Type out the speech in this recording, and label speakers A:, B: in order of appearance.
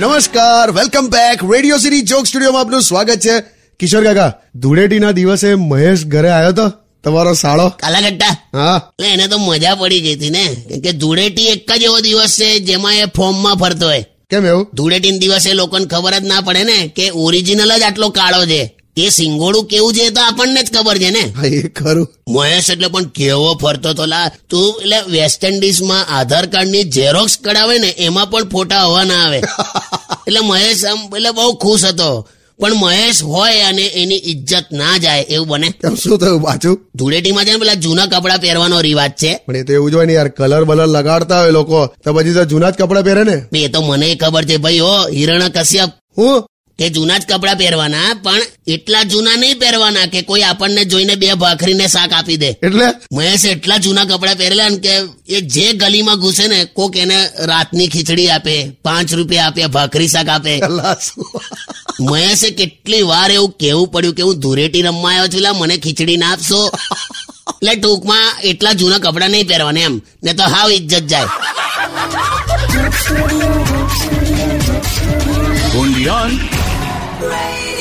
A: નમસ્કાર welcome back Radio City joke સ્ટુડિયોમાં આપનું સ્વાગત છે કિશોર કાકા ધૂળેટીના દિવસે મહેશ ઘરે આવ્યો તો તમારો સાળો
B: કાલા ગટ્ટા
A: હા
B: એટલે એને તો મજા પડી ગઈ હતી ને કેમ કે ધૂળેટી એક જ એવો દિવસ છે જેમાં એ ફોર્મમાં ફરતો હોય
A: કેમ એવું
B: ધૂળેટીન દિવસે લોકોને ખબર જ ના પડે ને કે ઓરિજિનલ જ આટલો કાળો છે એ સિંગોડું કેવું છે એ તો આપણને જ ખબર છે ને
A: હા એ ખરું
B: મહેશ એટલે પણ કેવો ફરતો તો લા તું એટલે વેસ્ટ ઇન્ડિઝમાં આધાર કાર્ડની ઝેરોક્સ કઢાવે ને એમાં પણ ફોટા હોવા ના આવે એટલે મહેશ આમ એટલે બહુ ખુશ હતો પણ મહેશ હોય અને એની ઇજ્જત ના જાય એવું બને
A: કેમ શું થયું પાછું
B: ધૂળેટીમાં છે ને પેલા જૂના કપડાં પહેરવાનો રિવાજ છે
A: પણ એ તો એવું જ હોય ને યાર કલર બલર લગાડતા હોય લોકો તો પછી તો જૂના જ કપડાં પહેરે ને
B: બે તો મને ખબર છે ભાઈ હો હિરણ કશ્યપ
A: હું
B: કે જૂના જ કપડાં પહેરવાના પણ એટલા જૂના નહીં પહેરવાના કે કોઈ આપણને જોઈને બે ભાખરીને શાક આપી દે
A: એટલે
B: મહેશ એટલા જૂના કપડાં પહેરેલા ને કે એ જે ગલીમાં ઘૂસે ને કોક એને રાતની ખીચડી આપે પાંચ રૂપિયા આપે ભાખરી શાક આપે
A: અલા, શું?
B: મહેશે કેટલી વાર એવું કેવું પડ્યું કે હું ધૂળેટી રમવા આવ્યો છું લા મને ખીચડી ના આપશો એટલે ટૂંકમાં એટલા જૂના કપડાં નહીં પહેરવાના એમ ને તો હાવ ઇજ્જત જાય
C: only on
D: Radio